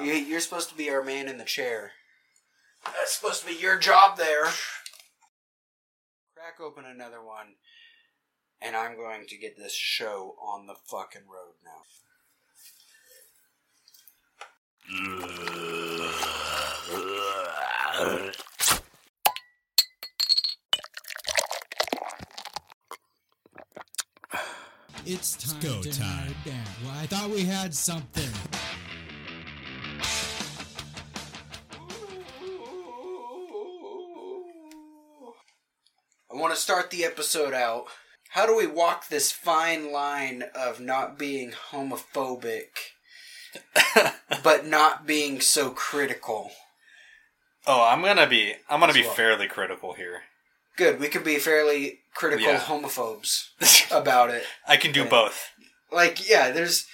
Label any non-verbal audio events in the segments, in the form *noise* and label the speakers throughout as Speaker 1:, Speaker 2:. Speaker 1: You- You're supposed to be our man in the chair. That's supposed to be your job there. Crack open another one, and I'm going to get this show on the fucking road now.
Speaker 2: It's time
Speaker 3: go
Speaker 2: to
Speaker 3: time.
Speaker 2: narrow it down. Well, I thought we had something.
Speaker 1: I want to start the episode out. How do we walk this fine line of not being homophobic, *laughs* but not being so critical?
Speaker 4: Oh, I'm gonna be I'm gonna be
Speaker 1: As well.
Speaker 4: fairly critical here.
Speaker 1: Good, we can be fairly critical *laughs*
Speaker 4: Yeah.
Speaker 1: homophobes about it.
Speaker 4: I can do
Speaker 1: Okay.
Speaker 4: both.
Speaker 1: like yeah there's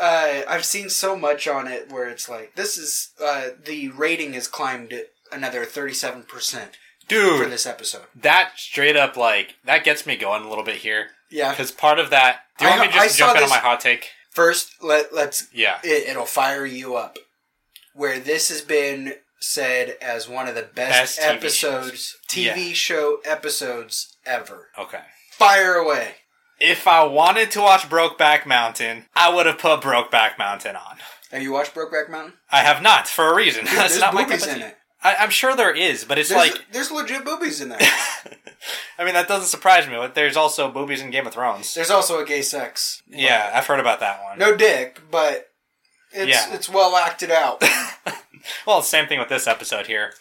Speaker 1: uh i've seen so much on it where it's like this is uh the rating has climbed another 37% for
Speaker 4: Dude,
Speaker 1: this episode
Speaker 4: that straight up like that gets me going a little bit here
Speaker 1: yeah
Speaker 4: because part of that. Do you
Speaker 1: I-
Speaker 4: want me to
Speaker 1: I
Speaker 4: just
Speaker 1: saw
Speaker 4: jump in on
Speaker 1: this-
Speaker 4: my hot take?
Speaker 1: first let let's
Speaker 4: Yeah.
Speaker 1: it, it'll fire you up where this has been said as one of the best,
Speaker 4: Best TV
Speaker 1: episodes
Speaker 4: shows. Yeah.
Speaker 1: tv show episodes ever
Speaker 4: Okay.
Speaker 1: fire away
Speaker 4: If I wanted to watch Brokeback Mountain, I would have put Brokeback Mountain on.
Speaker 1: have you watched brokeback mountain
Speaker 4: I have not for a reason. *laughs* That's
Speaker 1: there's
Speaker 4: not my
Speaker 1: boobies
Speaker 4: cup of
Speaker 1: in
Speaker 4: tea.
Speaker 1: it
Speaker 4: I, I'm sure there is, but it's
Speaker 1: there's,
Speaker 4: like
Speaker 1: there's legit boobies in there
Speaker 4: I mean that doesn't surprise me. But there's also boobies in Game of Thrones.
Speaker 1: there's also a gay sex
Speaker 4: yeah, I've heard about that one.
Speaker 1: No dick, but it's
Speaker 4: Yeah.
Speaker 1: it's well acted out. *laughs*
Speaker 4: Well, same thing with this episode here.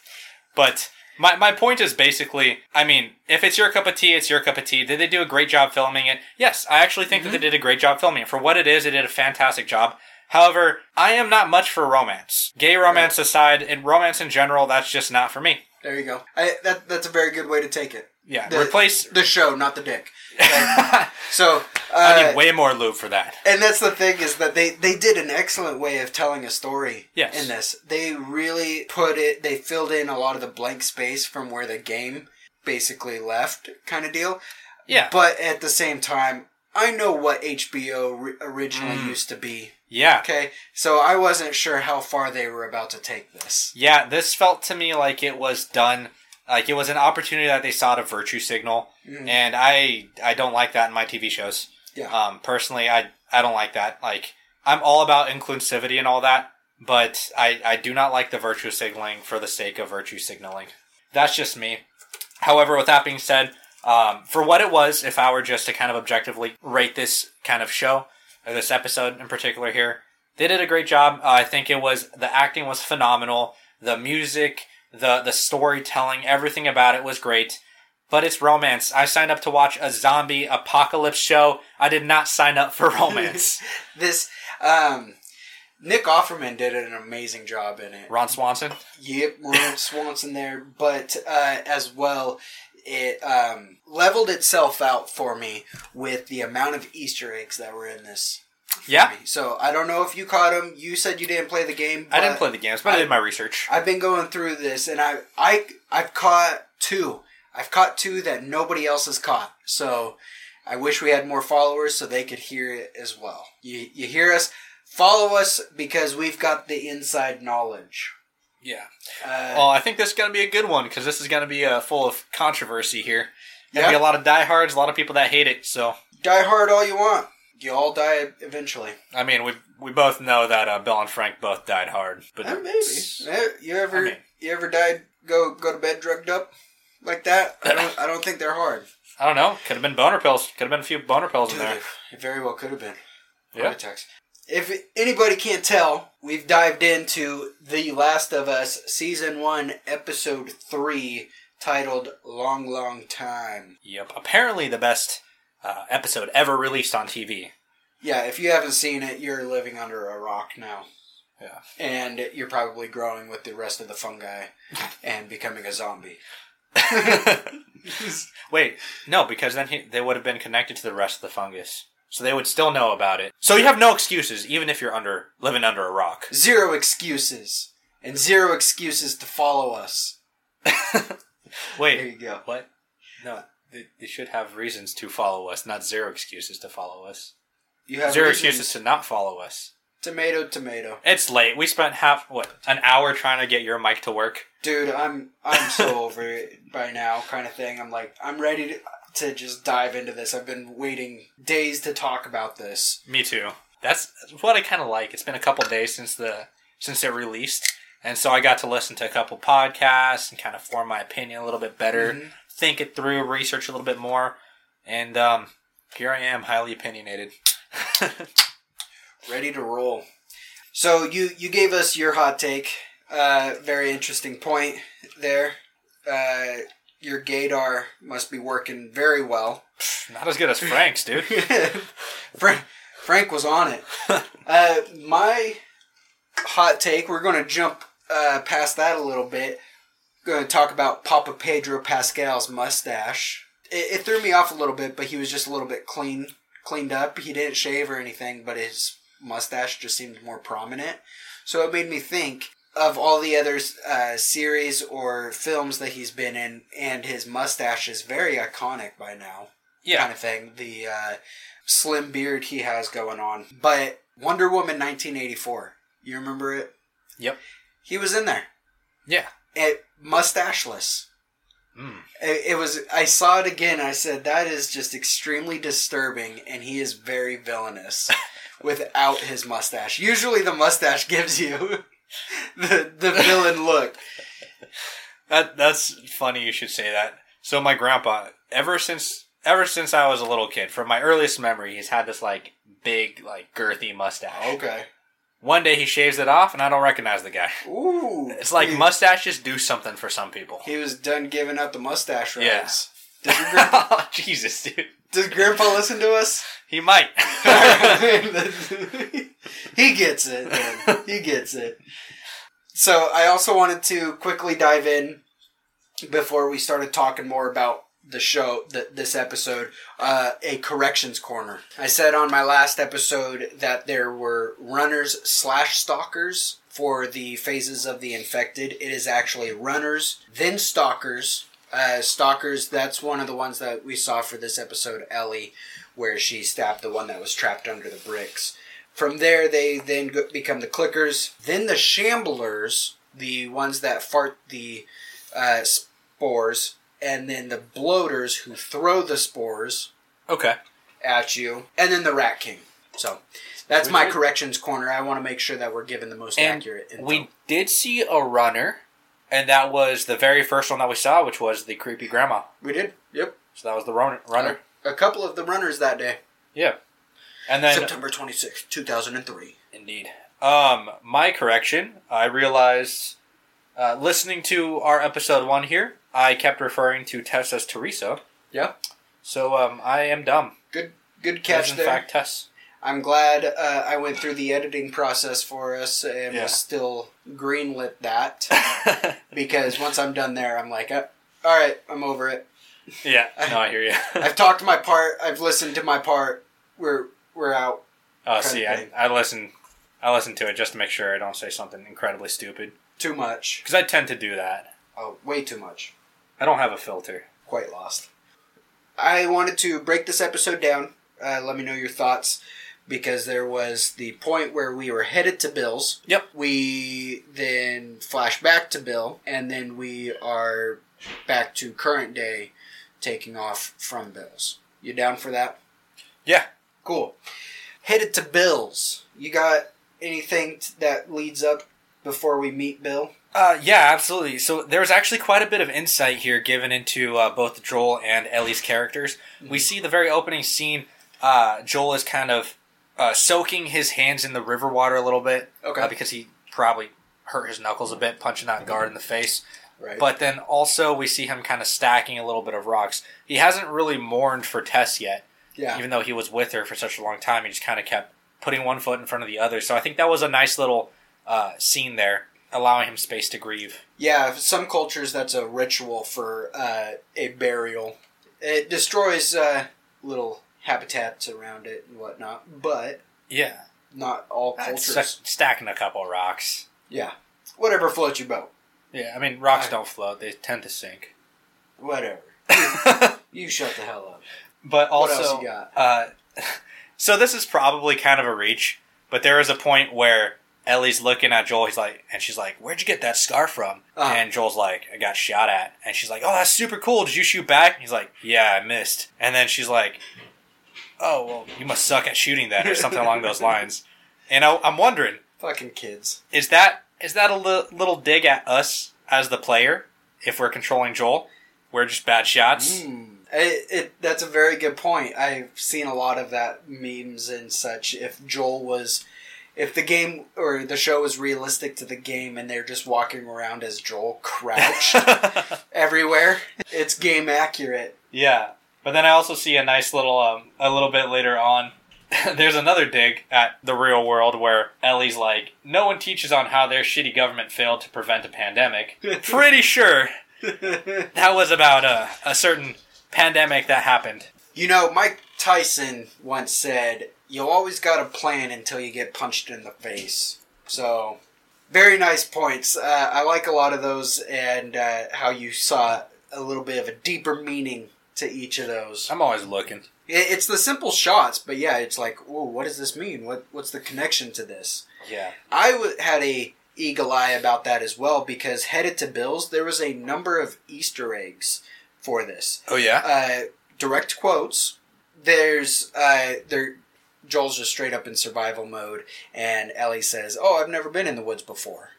Speaker 4: But my, my point is basically, I mean, if it's your cup of tea, it's your cup of tea. Did they do a great job filming it? Yes, I actually think
Speaker 1: Mm-hmm.
Speaker 4: that they did a great job filming it. For what it is, they did a fantastic job. However, I am not much for romance. Gay romance aside, and romance in general, that's just not for me.
Speaker 1: there you go. I, that that's a very good way to take it.
Speaker 4: Yeah,
Speaker 1: The-
Speaker 4: replace. *laughs*
Speaker 1: the show, not the dick. Okay. so, uh,
Speaker 4: I need way more lube for that.
Speaker 1: and that's the thing is that they they did an excellent way of telling a story.
Speaker 4: Yes.
Speaker 1: In this, they really put it. They filled in a lot of the blank space from where the game basically left, kind of deal.
Speaker 4: Yeah,
Speaker 1: But at the same time, I know what HBO ri- originally
Speaker 4: Mm.
Speaker 1: used to be.
Speaker 4: yeah,
Speaker 1: Okay, so I wasn't sure how far they were about to take this.
Speaker 4: yeah. This felt to me like it was done. Like it was an opportunity that they saw to virtue signal, and I I don't like that in my TV shows.
Speaker 1: Yeah.
Speaker 4: Um, personally, I I don't like that. Like, I'm all about inclusivity and all that, but I I do not like the virtue signaling for the sake of virtue signaling. That's just me. However, with that being said, um, for what it was, if I were just to kind of objectively rate this kind of show or this episode in particular here, they did a great job. Uh, I think it was the acting was phenomenal, the music, the the storytelling, everything about it was great but it's romance. I signed up to watch a zombie apocalypse show. I did not sign up for *laughs* romance.
Speaker 1: this um Nick Offerman did an amazing job in it.
Speaker 4: Ron Swanson.
Speaker 1: Yep,
Speaker 4: *laughs*
Speaker 1: Ron Swanson there, but uh, as well, it um, leveled itself out for me with the amount of Easter eggs that were in this. for
Speaker 4: Yeah.
Speaker 1: me. So I don't know if you caught them. You said you didn't play the game.
Speaker 4: I didn't
Speaker 1: but
Speaker 4: play the games, but I, did my research.
Speaker 1: I've been going through this, and I I I've caught two. I've caught two that nobody else has caught. So I wish we had more followers so they could hear it as well. You you hear us? Follow us because we've got the inside knowledge.
Speaker 4: yeah.
Speaker 1: Uh,
Speaker 4: Well, I think this is going to be a good one because this is going to be uh, full of controversy here. There'll be
Speaker 1: Yeah.
Speaker 4: a lot of diehards, a lot of people that hate it. So,
Speaker 1: die hard all you want. You all die eventually.
Speaker 4: I mean, we we both know that uh, Bill and Frank both died hard, but
Speaker 1: Eh, maybe. Eh, You ever
Speaker 4: I mean-
Speaker 1: you ever died? Go go to bed drugged up like that. I don't I don't think they're hard.
Speaker 4: I don't know. Could have been boner pills. Could have been a few boner pills in
Speaker 1: Dude,
Speaker 4: there.
Speaker 1: it very well could have been.
Speaker 4: Yeah.
Speaker 1: Heart attacks. If anybody can't tell, we've dived into The Last of Us Season 1, Episode 3, titled Long, Long Time.
Speaker 4: Yep. Apparently, the best uh, episode ever released on TV.
Speaker 1: Yeah, if you haven't seen it, you're living under a rock now.
Speaker 4: Yeah.
Speaker 1: And you're probably growing with the rest of the
Speaker 4: *laughs*
Speaker 1: fungi and becoming a zombie.
Speaker 4: *laughs* Wait, no, because then he, they would have been connected to the rest of the fungus, so they would still know about it. So you have no excuses, even if you're under living under a rock.
Speaker 1: Zero excuses. And zero excuses to follow us. There you
Speaker 4: Wait,
Speaker 1: go.
Speaker 4: what? No, they, they should have reasons to follow us, not zero excuses to follow us.
Speaker 1: You have
Speaker 4: zero
Speaker 1: reasons.
Speaker 4: excuses to not follow us.
Speaker 1: Tomato, tomato.
Speaker 4: It's late. We spent half what an hour trying to get your mic to work.
Speaker 1: Dude, I'm I'm so over it by now, kind of thing. I'm like, I'm ready to, to just dive into this. I've been waiting days to talk about this.
Speaker 4: Me too. That's what I kind of like. It's been a couple days since the since it released, and so I got to listen to a couple podcasts and kind of form my opinion a little bit better,
Speaker 1: Mhm.
Speaker 4: think it through, research a little bit more, and um, here I am, highly opinionated. *laughs*
Speaker 1: ready to roll. So you you gave us your hot take. Uh, very interesting point there. Uh, your gaydar must be working very well.
Speaker 4: Not as good as Frank's, dude.
Speaker 1: *laughs* Frank Frank was on it. Uh, my hot take. We're going to jump uh, past that a little bit. Going to talk about Papa Pedro Pascal's mustache. It, it threw me off a little bit, but he was just a little bit clean, cleaned up. He didn't shave or anything, but his mustache just seemed more prominent. So it made me think of all the other uh, series or films that he's been in, and his mustache is very iconic by now kind
Speaker 4: Yeah,
Speaker 1: of thing. The uh, slim beard he has going on. But Wonder Woman 1984, you remember it?
Speaker 4: Yep.
Speaker 1: He was in there.
Speaker 4: yeah.
Speaker 1: It mustacheless.
Speaker 4: Mm.
Speaker 1: It, it was. I saw it again. I said that is just extremely disturbing, and he is very
Speaker 4: *laughs*
Speaker 1: villainous without his mustache. Usually, the mustache gives you *laughs* the the villain look.
Speaker 4: That that's funny. You should say that. So my grandpa, ever since ever since I was a little kid, from my earliest memory, he's had this like big, like girthy mustache.
Speaker 1: Okay.
Speaker 4: One day he shaves it off, and I don't recognize the guy.
Speaker 1: Ooh.
Speaker 4: It's like
Speaker 1: he,
Speaker 4: mustaches do something for some people.
Speaker 1: he *laughs* was done giving up the mustache
Speaker 4: Yeah.
Speaker 1: rights. Does, your, gran-
Speaker 4: *laughs* Jesus, dude,
Speaker 1: does Grandpa listen to us? *laughs*
Speaker 4: he might.
Speaker 1: *laughs* he gets it. man. He gets it. So I also wanted to quickly dive in before we started talking more about the show, th- this episode, uh, a corrections corner. I said on my last episode that there were runners slash stalkers for the phases of the infected. It is actually runners, then stalkers. Uh, stalkers, that's one of the ones that we saw for this episode, Ellie where she stabbed the one that was trapped under the bricks. From there, they then go- become the clickers, then the shamblers, the ones that fart the uh, spores, and then the bloaters who throw the spores
Speaker 4: okay,
Speaker 1: at you, and then the rat king. So that's
Speaker 4: We
Speaker 1: my
Speaker 4: did-
Speaker 1: corrections corner. I want to make sure that we're given the most
Speaker 4: and
Speaker 1: accurate info.
Speaker 4: we did see a runner, and that was the very first one that we saw, which was the creepy grandma.
Speaker 1: we did. Yep.
Speaker 4: So that was the run- runner.
Speaker 1: A couple of the runners that day.
Speaker 4: Yeah, and uh, then
Speaker 1: September twenty sixth, 2003.
Speaker 4: Indeed. Um, my correction. I realized uh, listening to our episode one here, I kept referring to Tess as Teresa.
Speaker 1: Yeah.
Speaker 4: So um, I am dumb.
Speaker 1: Good good
Speaker 4: It was,
Speaker 1: catch
Speaker 4: in
Speaker 1: there. *laughs*
Speaker 4: fact Tess.
Speaker 1: I'm glad uh, I went through the editing process for us and
Speaker 4: Yeah.
Speaker 1: was still greenlit that because once I'm done there, I'm like, uh, all right, I'm over it.
Speaker 4: *laughs* yeah. No, I hear you.
Speaker 1: I've talked my part. I've listened to my part. We're we're out.
Speaker 4: *laughs* oh, see, I, I listen. I listen to it just to make sure I don't say something incredibly stupid
Speaker 1: Too much.
Speaker 4: because I tend to do that.
Speaker 1: Oh, way too much.
Speaker 4: I don't have a filter.
Speaker 1: Quite lost. I wanted to break this episode down. Uh, let me know your thoughts because there was the point where we were headed to Bill's.
Speaker 4: Yep.
Speaker 1: We then flash back to Bill, and then we are back to current day taking off from Bill's. You down for that?
Speaker 4: Yeah.
Speaker 1: Cool. Headed to Bill's. You got anything t- that leads up before we meet Bill?
Speaker 4: Uh, yeah, absolutely. So there was actually quite a bit of insight here given into uh, both Joel and Ellie's characters. We see the very opening scene. Uh, Joel is kind of uh, soaking his hands in the river water a little bit
Speaker 1: Okay.
Speaker 4: uh, because he probably hurt his knuckles a bit punching that guard in the face.
Speaker 1: Right.
Speaker 4: But then also we see him kind of stacking a little bit of rocks. He hasn't really mourned for Tess yet
Speaker 1: yeah.
Speaker 4: even though he was with her for such a long time, he just kind of kept putting one foot in front of the other. So I think that was a nice little uh, scene there, allowing him space to grieve.
Speaker 1: Yeah, some cultures that's a ritual for uh, a burial. It destroys uh, little habitats around it and whatnot, but
Speaker 4: Yeah,
Speaker 1: not all cultures.
Speaker 4: stacking a couple of rocks.
Speaker 1: Yeah, whatever floats your boat,
Speaker 4: Yeah, I mean rocks don't float; they tend to sink.
Speaker 1: whatever. You shut the hell up.
Speaker 4: *laughs* but also, *laughs*
Speaker 1: else you got?
Speaker 4: Uh, so this is probably kind of a reach. But there is a point where Ellie's looking at Joel. He's like, and she's like, "Where'd you get that scar from?"
Speaker 1: Uh-huh.
Speaker 4: And Joel's like, "I got shot at." And she's like, "Oh, that's super cool. Did you shoot back?" And he's like, "Yeah, I missed." And then she's like, "Oh, well, you must suck at shooting then, or something along those lines." And I, I'm wondering,
Speaker 1: Fucking kids.
Speaker 4: is that is that a li- little dig at us as the player if we're controlling Joel? We're just bad shots.
Speaker 1: Mm. Hmm. It, it, that's a very good point. I've seen a lot of that memes and such. If Joel was, if the game or the show was realistic to the game, and they're just walking around as Joel
Speaker 4: *laughs*
Speaker 1: crouched everywhere, it's game accurate.
Speaker 4: Yeah, but then I also see a nice little um, a little bit later on. *laughs* There's another dig at the real world where Ellie's like, "No one teaches on how their shitty government failed to prevent a pandemic." Pretty sure that was about a, a certain pandemic that happened.
Speaker 1: You know, Mike Tyson once said, "You always got a plan until you get punched in the face." So, very nice points. Uh, I like a lot of those, and uh, how you saw a little bit of a deeper meaning to each of those.
Speaker 4: I'm always looking.
Speaker 1: It, it's the simple shots, but yeah, it's like, oh, what does this mean? What what's the connection to this?
Speaker 4: Yeah.
Speaker 1: I w- had a eagle eye about that as well because headed to Bills, there was a number of Easter eggs for this.
Speaker 4: Oh yeah.
Speaker 1: Uh, direct quotes. There's uh, there. Joel's just straight up in survival mode, and Ellie says, "Oh, I've never been in the woods before."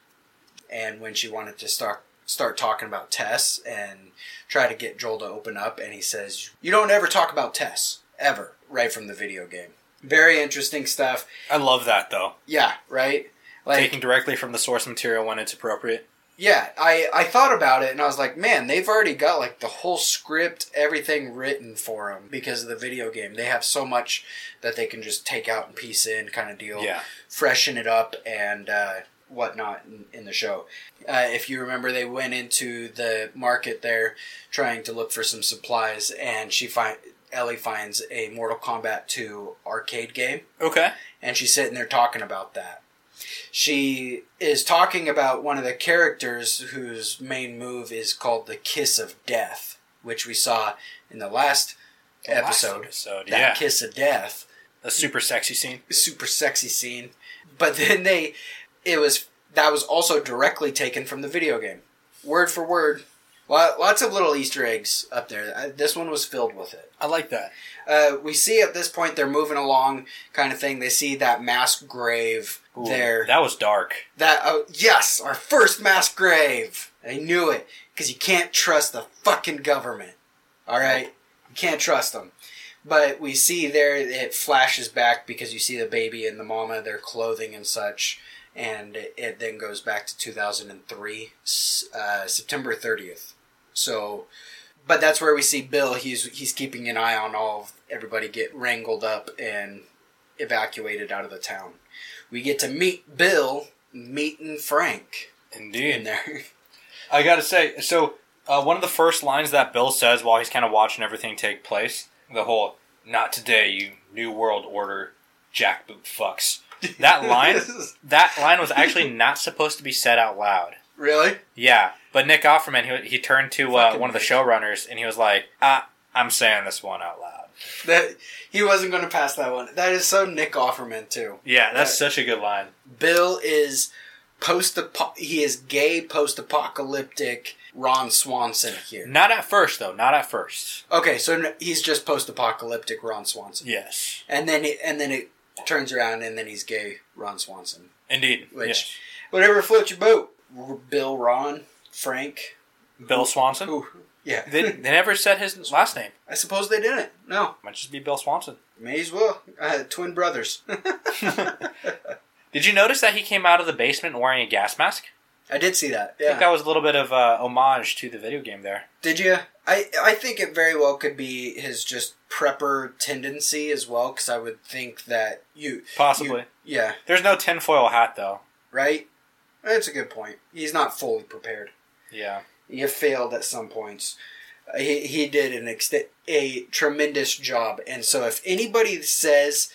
Speaker 1: And when she wanted to start start talking about Tess and try to get Joel to open up, and he says, "You don't ever talk about Tess ever." Right from the video game. Very interesting stuff.
Speaker 4: I love that though.
Speaker 1: Yeah. Right. Like
Speaker 4: Taking directly from the source material when it's appropriate.
Speaker 1: yeah, I, I thought about it and I was like, man, they've already got like the whole script, everything written for them because of the video game. They have so much that they can just take out and piece in kind of deal,
Speaker 4: Yeah.
Speaker 1: freshen it up and uh, whatnot in, in the show. Uh, if you remember, they went into the market there trying to look for some supplies, and she find Ellie finds a Mortal Kombat 2 arcade game
Speaker 4: Okay.
Speaker 1: and she's sitting there talking about that. She is talking about one of the characters whose main move is called the Kiss of Death, which we saw in the last episode.
Speaker 4: episode.
Speaker 1: That
Speaker 4: yeah.
Speaker 1: Kiss of Death
Speaker 4: A super sexy scene.
Speaker 1: super sexy scene. But then they, it was that was also directly taken from the video game, word for word. Lot- Lots of little Easter eggs up there. Uh, This one was filled with it.
Speaker 4: I like that.
Speaker 1: Uh, we see at this point they're moving along, kind of thing. They see that mass grave there.
Speaker 4: That was dark.
Speaker 1: That oh yes, our first mass grave. I knew it because you can't trust the fucking government. All right, you can't trust them. But we see there it flashes back because you see the baby and the mama, their clothing and such, and it, it then goes back to 2003, s- uh, September 30th. So, but that's where we see Bill. He's he's keeping an eye on all of everybody get wrangled up and evacuated out of the town. We get to meet Bill meeting Frank
Speaker 4: Indeed.
Speaker 1: in there.
Speaker 4: I gotta say, so uh, one of the first lines that Bill says while he's kind of watching everything take place, the whole "Not today, you New World Order jackboot fucks." That
Speaker 1: *laughs*
Speaker 4: line, that line was actually not supposed to be said out loud.
Speaker 1: really?
Speaker 4: Yeah, but Nick Offerman, he, he turned to uh,
Speaker 1: Fucking
Speaker 4: one of the
Speaker 1: Nick.
Speaker 4: showrunners and he was like, ah, "I'm saying this one out loud."
Speaker 1: That he wasn't going to pass that one. That is so Nick Offerman too.
Speaker 4: Yeah, that's such a good line.
Speaker 1: Bill is post he is gay post apocalyptic Ron Swanson here.
Speaker 4: Not at first though. Not at first.
Speaker 1: Okay, so n- he's just post apocalyptic Ron Swanson.
Speaker 4: Yes,
Speaker 1: And then it, and then it turns around and then he's gay Ron Swanson.
Speaker 4: indeed.
Speaker 1: Which-
Speaker 4: Yes.
Speaker 1: Whatever floats your boat. R- Bill Ron Frank.
Speaker 4: Bill Swanson.
Speaker 1: Ooh, yeah.
Speaker 4: They, they never said his last name.
Speaker 1: *laughs* I suppose they didn't. No.
Speaker 4: Might just be Bill Swanson.
Speaker 1: May as well. Uh, twin brothers. *laughs*
Speaker 4: Did you notice that he came out of the basement wearing a gas mask?
Speaker 1: I did see that.
Speaker 4: I think
Speaker 1: Yeah.
Speaker 4: that was a little bit of uh, homage to the video game there.
Speaker 1: Did you? I I think it very well could be his just prepper tendency as well, because I would think that you
Speaker 4: Possibly.
Speaker 1: you- yeah.
Speaker 4: There's no tinfoil hat though.
Speaker 1: Right. That's a good point. He's not fully prepared.
Speaker 4: Yeah.
Speaker 1: You failed at some points. Uh, He, he did an ext- a tremendous job, and so if anybody says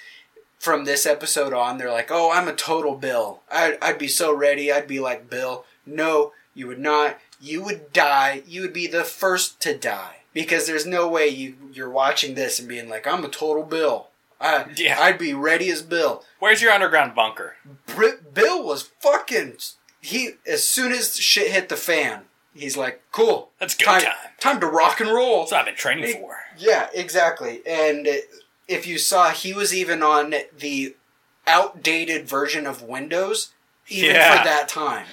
Speaker 1: from this episode on, they're like, "Oh, I'm a total Bill. I'd, I'd be so ready. I'd be like Bill." No, you would not. You would die. You would be the first to die because there's no way you you're watching this and being like, "I'm a total Bill. I,
Speaker 4: Yeah.
Speaker 1: I'd be ready as Bill.
Speaker 4: Where's your underground bunker?
Speaker 1: Br- Bill was fucking. He as soon as shit hit the fan, he's like, "Cool,
Speaker 4: That's go
Speaker 1: time,
Speaker 4: time.
Speaker 1: time to rock and roll."
Speaker 4: That's what I've been training for.
Speaker 1: Yeah, exactly. And if you saw, he was even on the outdated version of Windows, even
Speaker 4: Yeah.
Speaker 1: for that
Speaker 4: *laughs*
Speaker 1: time.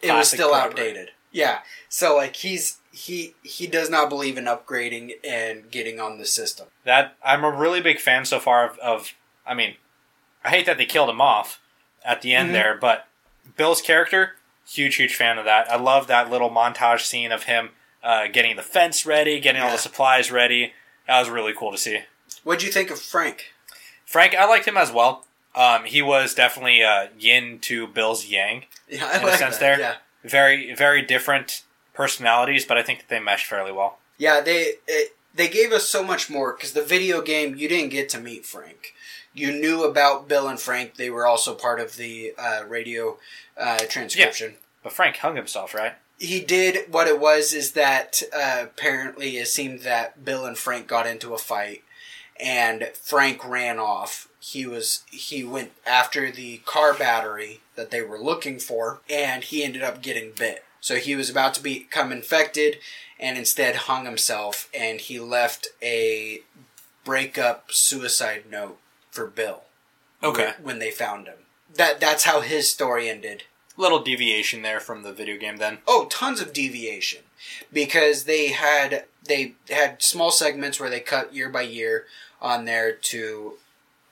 Speaker 1: It was
Speaker 4: Classic
Speaker 1: still
Speaker 4: Clipper.
Speaker 1: outdated. Yeah. So like he's he he does not believe in upgrading and getting on the system.
Speaker 4: That I'm a really big fan so far of. of I mean, I hate that they killed him off at the end
Speaker 1: Mhm.
Speaker 4: there, but Bill's character, huge, huge fan of that. I love that little montage scene of him uh, getting the fence ready, getting all
Speaker 1: Yeah.
Speaker 4: the supplies ready. That was really cool to see.
Speaker 1: What'd you think of Frank? *laughs*
Speaker 4: Frank, I liked him as well. Um, he was definitely uh, yin to Bill's yang.
Speaker 1: Yeah, I
Speaker 4: In a
Speaker 1: like
Speaker 4: sense
Speaker 1: that.
Speaker 4: there.
Speaker 1: Yeah.
Speaker 4: Very, very different personalities, but I think that they meshed fairly well.
Speaker 1: Yeah, they it, they gave us so much more because the video game you didn't get to meet Frank. You knew about Bill and Frank. They were also part of the uh, radio uh, transcription.
Speaker 4: But Frank hung himself, right?
Speaker 1: He did what it was is that uh, apparently it seemed that Bill and Frank got into a fight, and Frank ran off. He was he went after the car battery that they were looking for, and he ended up getting bit. So he was about to become infected, and instead hung himself. And he left a breakup suicide note for Bill when they found him. That that's how his story ended.
Speaker 4: Little deviation there from the video game then.
Speaker 1: oh tons of deviation because they had they had small segments where they cut year by year on there to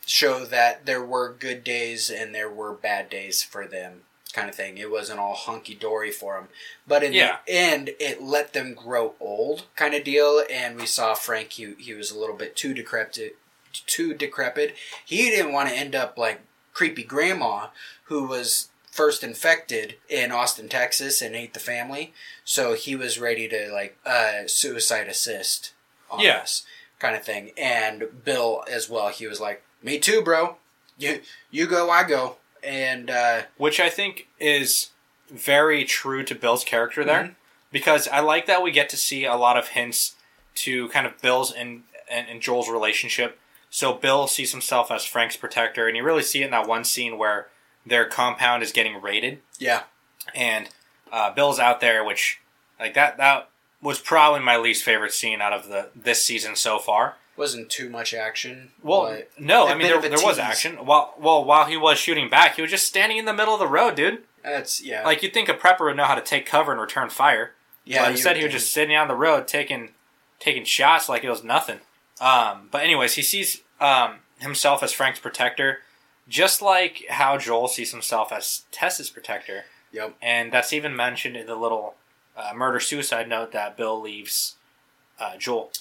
Speaker 1: show that there were good days and there were bad days for them kind of thing it wasn't all hunky-dory for them but in
Speaker 4: Yeah.
Speaker 1: the end it let them grow old kind of deal and we saw frank he, he was a little bit too decrepit too decrepit he didn't want to end up like creepy grandma who was first infected in Austin, Texas, and ate the family. So he was ready to like uh, suicide assist on
Speaker 4: Yeah.
Speaker 1: us, kind of thing. And Bill as well. He was like, "Me too, bro. You you go, I go." And uh,
Speaker 4: Which I think is very true to Bill's character there. Because I like that we get to see a lot of hints to kind of Bill's and, and, and Joel's relationship. So Bill sees himself as Frank's protector, and you really see it in that one scene where their compound is getting raided.
Speaker 1: yeah,
Speaker 4: and uh, Bill's out there, which like that that was probably my least favorite scene out of the this season so far.
Speaker 1: wasn't too much action.
Speaker 4: Well,
Speaker 1: but-
Speaker 4: no, I
Speaker 1: a
Speaker 4: mean
Speaker 1: bit
Speaker 4: there,
Speaker 1: of a
Speaker 4: there was
Speaker 1: tease.
Speaker 4: action. While well, while he was shooting back, he was just standing in the middle of the road, dude.
Speaker 1: that's yeah,
Speaker 4: Like you'd think a prepper would know how to take cover and return fire.
Speaker 1: yeah.
Speaker 4: but
Speaker 1: you
Speaker 4: instead
Speaker 1: would
Speaker 4: he was
Speaker 1: think.
Speaker 4: just sitting on the road taking taking shots like it was nothing. Um, but anyways, he sees um, himself as Frank's protector, just like how Joel sees himself as Tess's protector
Speaker 1: yep.
Speaker 4: and that's even mentioned in the little uh, murder suicide note that Bill leaves uh, Joel.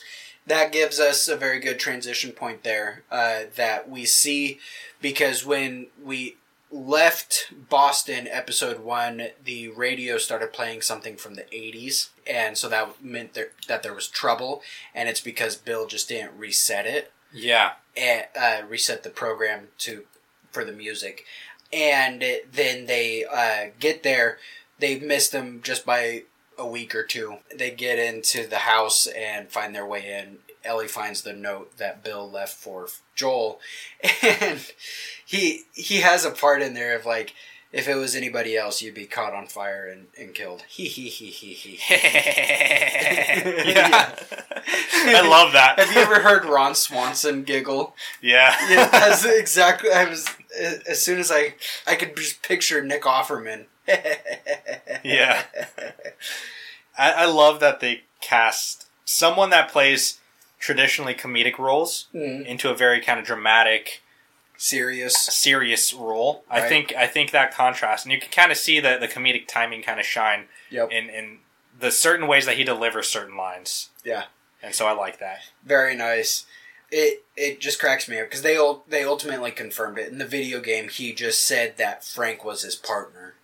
Speaker 1: that gives us a very good transition point there uh, that we see because when we left Boston episode one, the radio started playing something from the 80s, and so that meant there, that there was trouble, and it's because Bill just didn't reset it
Speaker 4: *laughs* Yeah,
Speaker 1: and uh, reset the program to for the music, and then they uh, get there. They missed them just by a week or two. They get into the house and find their way in. Ellie finds the note that Bill left for Joel, *laughs* and he he has a part in there of like. If it was anybody else, you'd be caught on fire and, and killed. *laughs* He he he he he. *laughs*
Speaker 4: yeah. I love that.
Speaker 1: Have you ever heard Ron Swanson giggle?
Speaker 4: yeah,
Speaker 1: yeah, that's exactly. I was as soon as I I could just picture Nick Offerman. *laughs*
Speaker 4: yeah. I, I love that they cast someone that plays traditionally comedic roles
Speaker 1: Mm.
Speaker 4: into a very kind of dramatic,
Speaker 1: Serious.
Speaker 4: serious role. I
Speaker 1: Right.
Speaker 4: think I think that contrast, and you can kind of see the the comedic timing kind of shine
Speaker 1: Yep.
Speaker 4: in in the certain ways that he delivers certain lines,
Speaker 1: Yeah.
Speaker 4: and so I like that.
Speaker 1: Very nice. It it just cracks me up because they ul- they ultimately confirmed it in the video game. He just said that Frank was his partner.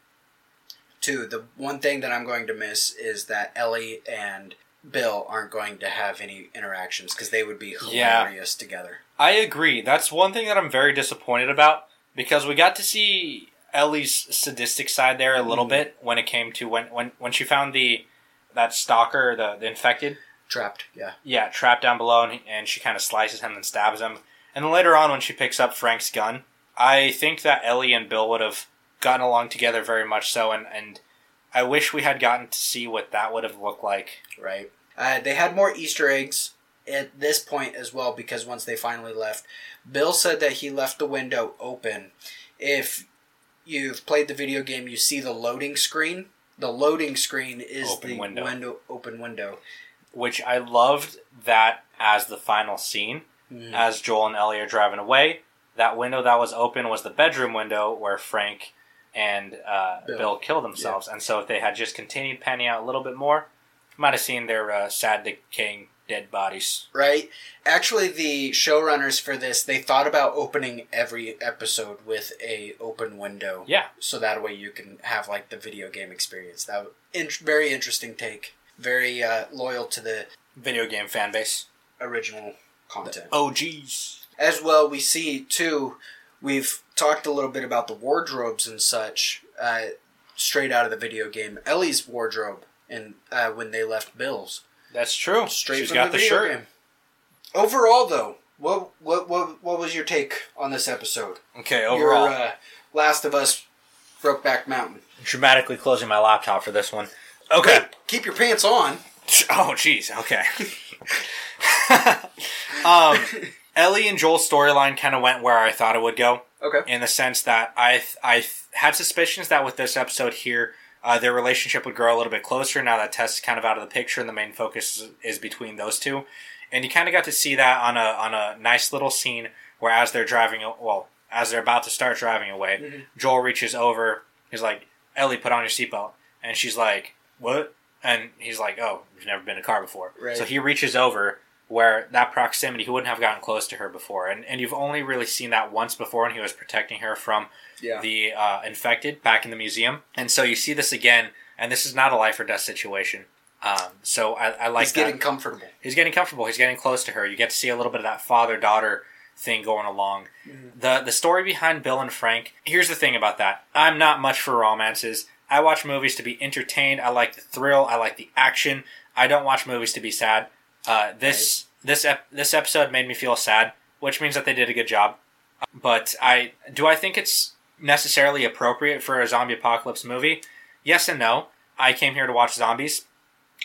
Speaker 1: Two. The one thing that I'm going to miss is that Ellie and Bill aren't going to have any interactions because they would be
Speaker 4: Yeah.
Speaker 1: hilarious together.
Speaker 4: I agree. That's one thing that I'm very disappointed about because we got to see Ellie's sadistic side there a little
Speaker 1: Mm.
Speaker 4: bit when it came to when, when when she found the that stalker, the, the infected,
Speaker 1: Trapped. Yeah.
Speaker 4: yeah, trapped down below, and, and she kind of slices him and stabs him. And then later on, when she picks up Frank's gun, I think that Ellie and Bill would have gotten along together very much so, and, and I wish we had gotten to see what that would have looked like.
Speaker 1: Right. Uh, they had more Easter eggs at this point as well because once they finally left, Bill said that he left the window open. If you've played the video game, you see the loading screen. The loading screen is
Speaker 4: Open
Speaker 1: the
Speaker 4: window.
Speaker 1: window open window.
Speaker 4: Which I loved that as the final scene,
Speaker 1: Mm-hmm. Mm.
Speaker 4: as Joel and Ellie are driving away. That window that was open was the bedroom window where Frank and uh,
Speaker 1: Bill.
Speaker 4: Bill. killed themselves. And so if they had just continued panning out a little bit more, might have seen their uh, sad, decaying dead bodies.
Speaker 1: right? Actually, the showrunners for this they thought about opening every episode with a open window,
Speaker 4: Yeah.
Speaker 1: so that way you can have like the video game experience. That w- in- very interesting take, very uh, loyal to the
Speaker 4: Video game fan base.
Speaker 1: original content.
Speaker 4: Oh, geez.
Speaker 1: As well, we see too. We've talked a little bit about the wardrobes and such, uh, straight out of the video game. Ellie's wardrobe, and uh, when they left Bill's,
Speaker 4: That's true.
Speaker 1: straight
Speaker 4: She's
Speaker 1: from
Speaker 4: got
Speaker 1: the,
Speaker 4: the,
Speaker 1: video
Speaker 4: shirt.
Speaker 1: game. Overall, though, what what what what was your take on this episode?
Speaker 4: Okay, overall,
Speaker 1: your uh, Last of Us, Brokeback Mountain.
Speaker 4: dramatically closing my laptop for this one. Okay.
Speaker 1: Keep your pants on.
Speaker 4: *laughs* Oh, jeez. Okay.
Speaker 1: *laughs*
Speaker 4: *laughs* um, Ellie and Joel's storyline kind of went where I thought it would go,
Speaker 1: Okay.
Speaker 4: in the sense that I I had suspicions that with this episode here, uh, their relationship would grow a little bit closer. Now that Tess is kind of out of the picture, and the main focus is, is between those two, and you kind of got to see that on a on a nice little scene where as they're driving, well, as they're about to start driving away, Joel reaches over. He's like, "Ellie, put on your seatbelt," and she's like, "What?" And he's like, "Oh, you've never been in a car before."
Speaker 1: Right.
Speaker 4: So he reaches over where that proximity, he wouldn't have gotten close to her before, and and you've only really seen that once before, and he was protecting her from
Speaker 1: Yeah.
Speaker 4: the uh, infected back in the museum, and so you see this again, and this is not a life or death situation. Um, so I, I like uh,
Speaker 1: He's
Speaker 4: that
Speaker 1: getting comfortable.
Speaker 4: he's getting comfortable. He's getting close to her. You get to see a little bit of that father daughter thing going along. The the story behind Bill and Frank. Here's the thing about that. I'm not much for romances. I watch movies to be entertained. I like the thrill. I like the action. I don't watch movies to be sad. Uh, this this ep- this episode made me feel sad, which means that they did a good job. But I do I think it's necessarily appropriate for a zombie apocalypse movie? Yes and no. I came here to watch zombies,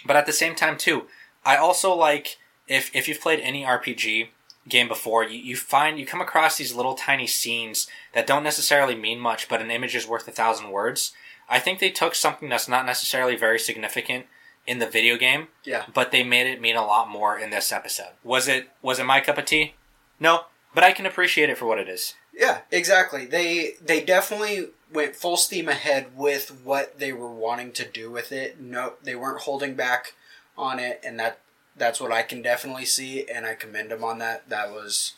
Speaker 4: but at the same time too, I also like if if you've played any RPG game before, you, you find you come across these little tiny scenes that don't necessarily mean much, but an image is worth a thousand words. I think they took something that's not necessarily very significant in the video game,
Speaker 1: Yeah.
Speaker 4: but they made it mean a lot more in this episode. Was it was it my cup of tea? No, but I can appreciate it for what it is.
Speaker 1: Yeah, exactly. They they definitely went full steam ahead with what they were wanting to do with it. No, they weren't holding back on it, and that that's what I can definitely see, and I commend them on that. That was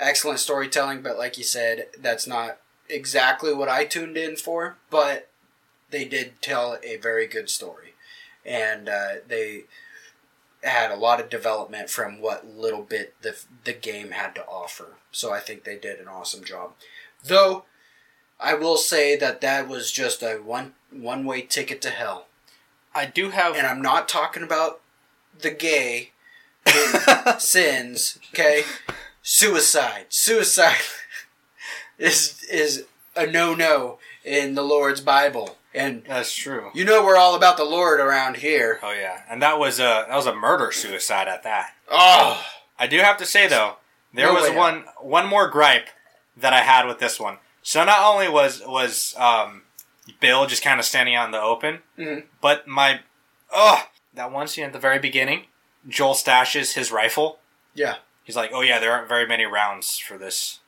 Speaker 1: excellent storytelling, but like you said, that's not exactly what I tuned in for. But they did tell a very good story, and uh, they had a lot of development from what little bit the the game had to offer. So I think they did an awesome job. Though I will say that that was just a one one way ticket to hell.
Speaker 4: I do have
Speaker 1: And I'm not talking about the gay sins, okay? Suicide. Suicide *laughs* is is a no-no in the Lord's Bible. And
Speaker 4: *laughs* That's true.
Speaker 1: you know we're all about the Lord around here.
Speaker 4: Oh yeah. And that was a that was a murder suicide at that.
Speaker 1: Oh,
Speaker 4: I do have to say though, there
Speaker 1: No way
Speaker 4: was
Speaker 1: out.
Speaker 4: one one more gripe that I had with this one. So not only was was um, Bill just kind of standing out in the open,
Speaker 1: Mhm.
Speaker 4: but my oh that one scene at the very beginning, Joel stashes his rifle.
Speaker 1: yeah.
Speaker 4: He's like, "Oh yeah, there aren't very many rounds for this."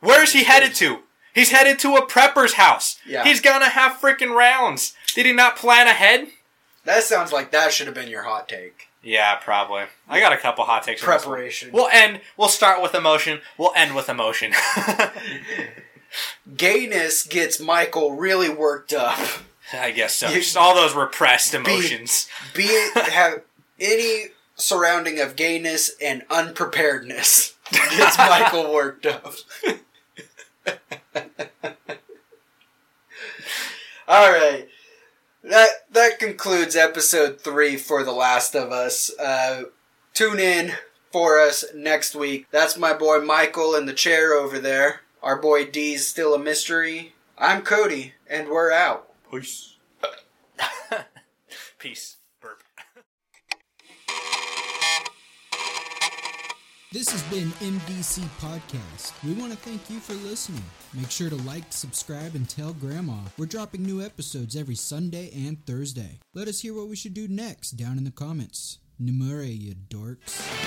Speaker 4: Where is he headed to? He's headed to a prepper's house.
Speaker 1: Yeah.
Speaker 4: He's gonna have freaking rounds. Did he not plan ahead?
Speaker 1: That sounds like that should have been your hot take.
Speaker 4: Yeah, probably. I got a couple hot takes. on this one.
Speaker 1: Preparation.
Speaker 4: We'll end. We'll start with emotion. We'll end with emotion. *laughs*
Speaker 1: gayness gets Michael really worked up.
Speaker 4: I guess so.
Speaker 1: You-
Speaker 4: Just all those repressed emotions.
Speaker 1: Be it have any surrounding of gayness and unpreparedness gets Michael
Speaker 5: *laughs*
Speaker 1: worked up. All right. That that concludes episode 3 for The Last of Us. Uh tune in
Speaker 5: for us next week. That's my boy Michael in the chair over there. Our boy D's still a mystery. I'm Cody, and we're out.
Speaker 4: Peace. *laughs* Peace. Burp.
Speaker 1: This has been MDC Podcast. We want to thank you for listening. Make sure to like, subscribe, and tell Grandma. We're dropping new episodes every Sunday and Thursday. Let us hear what we should do next down in the comments. Numere, you dorks.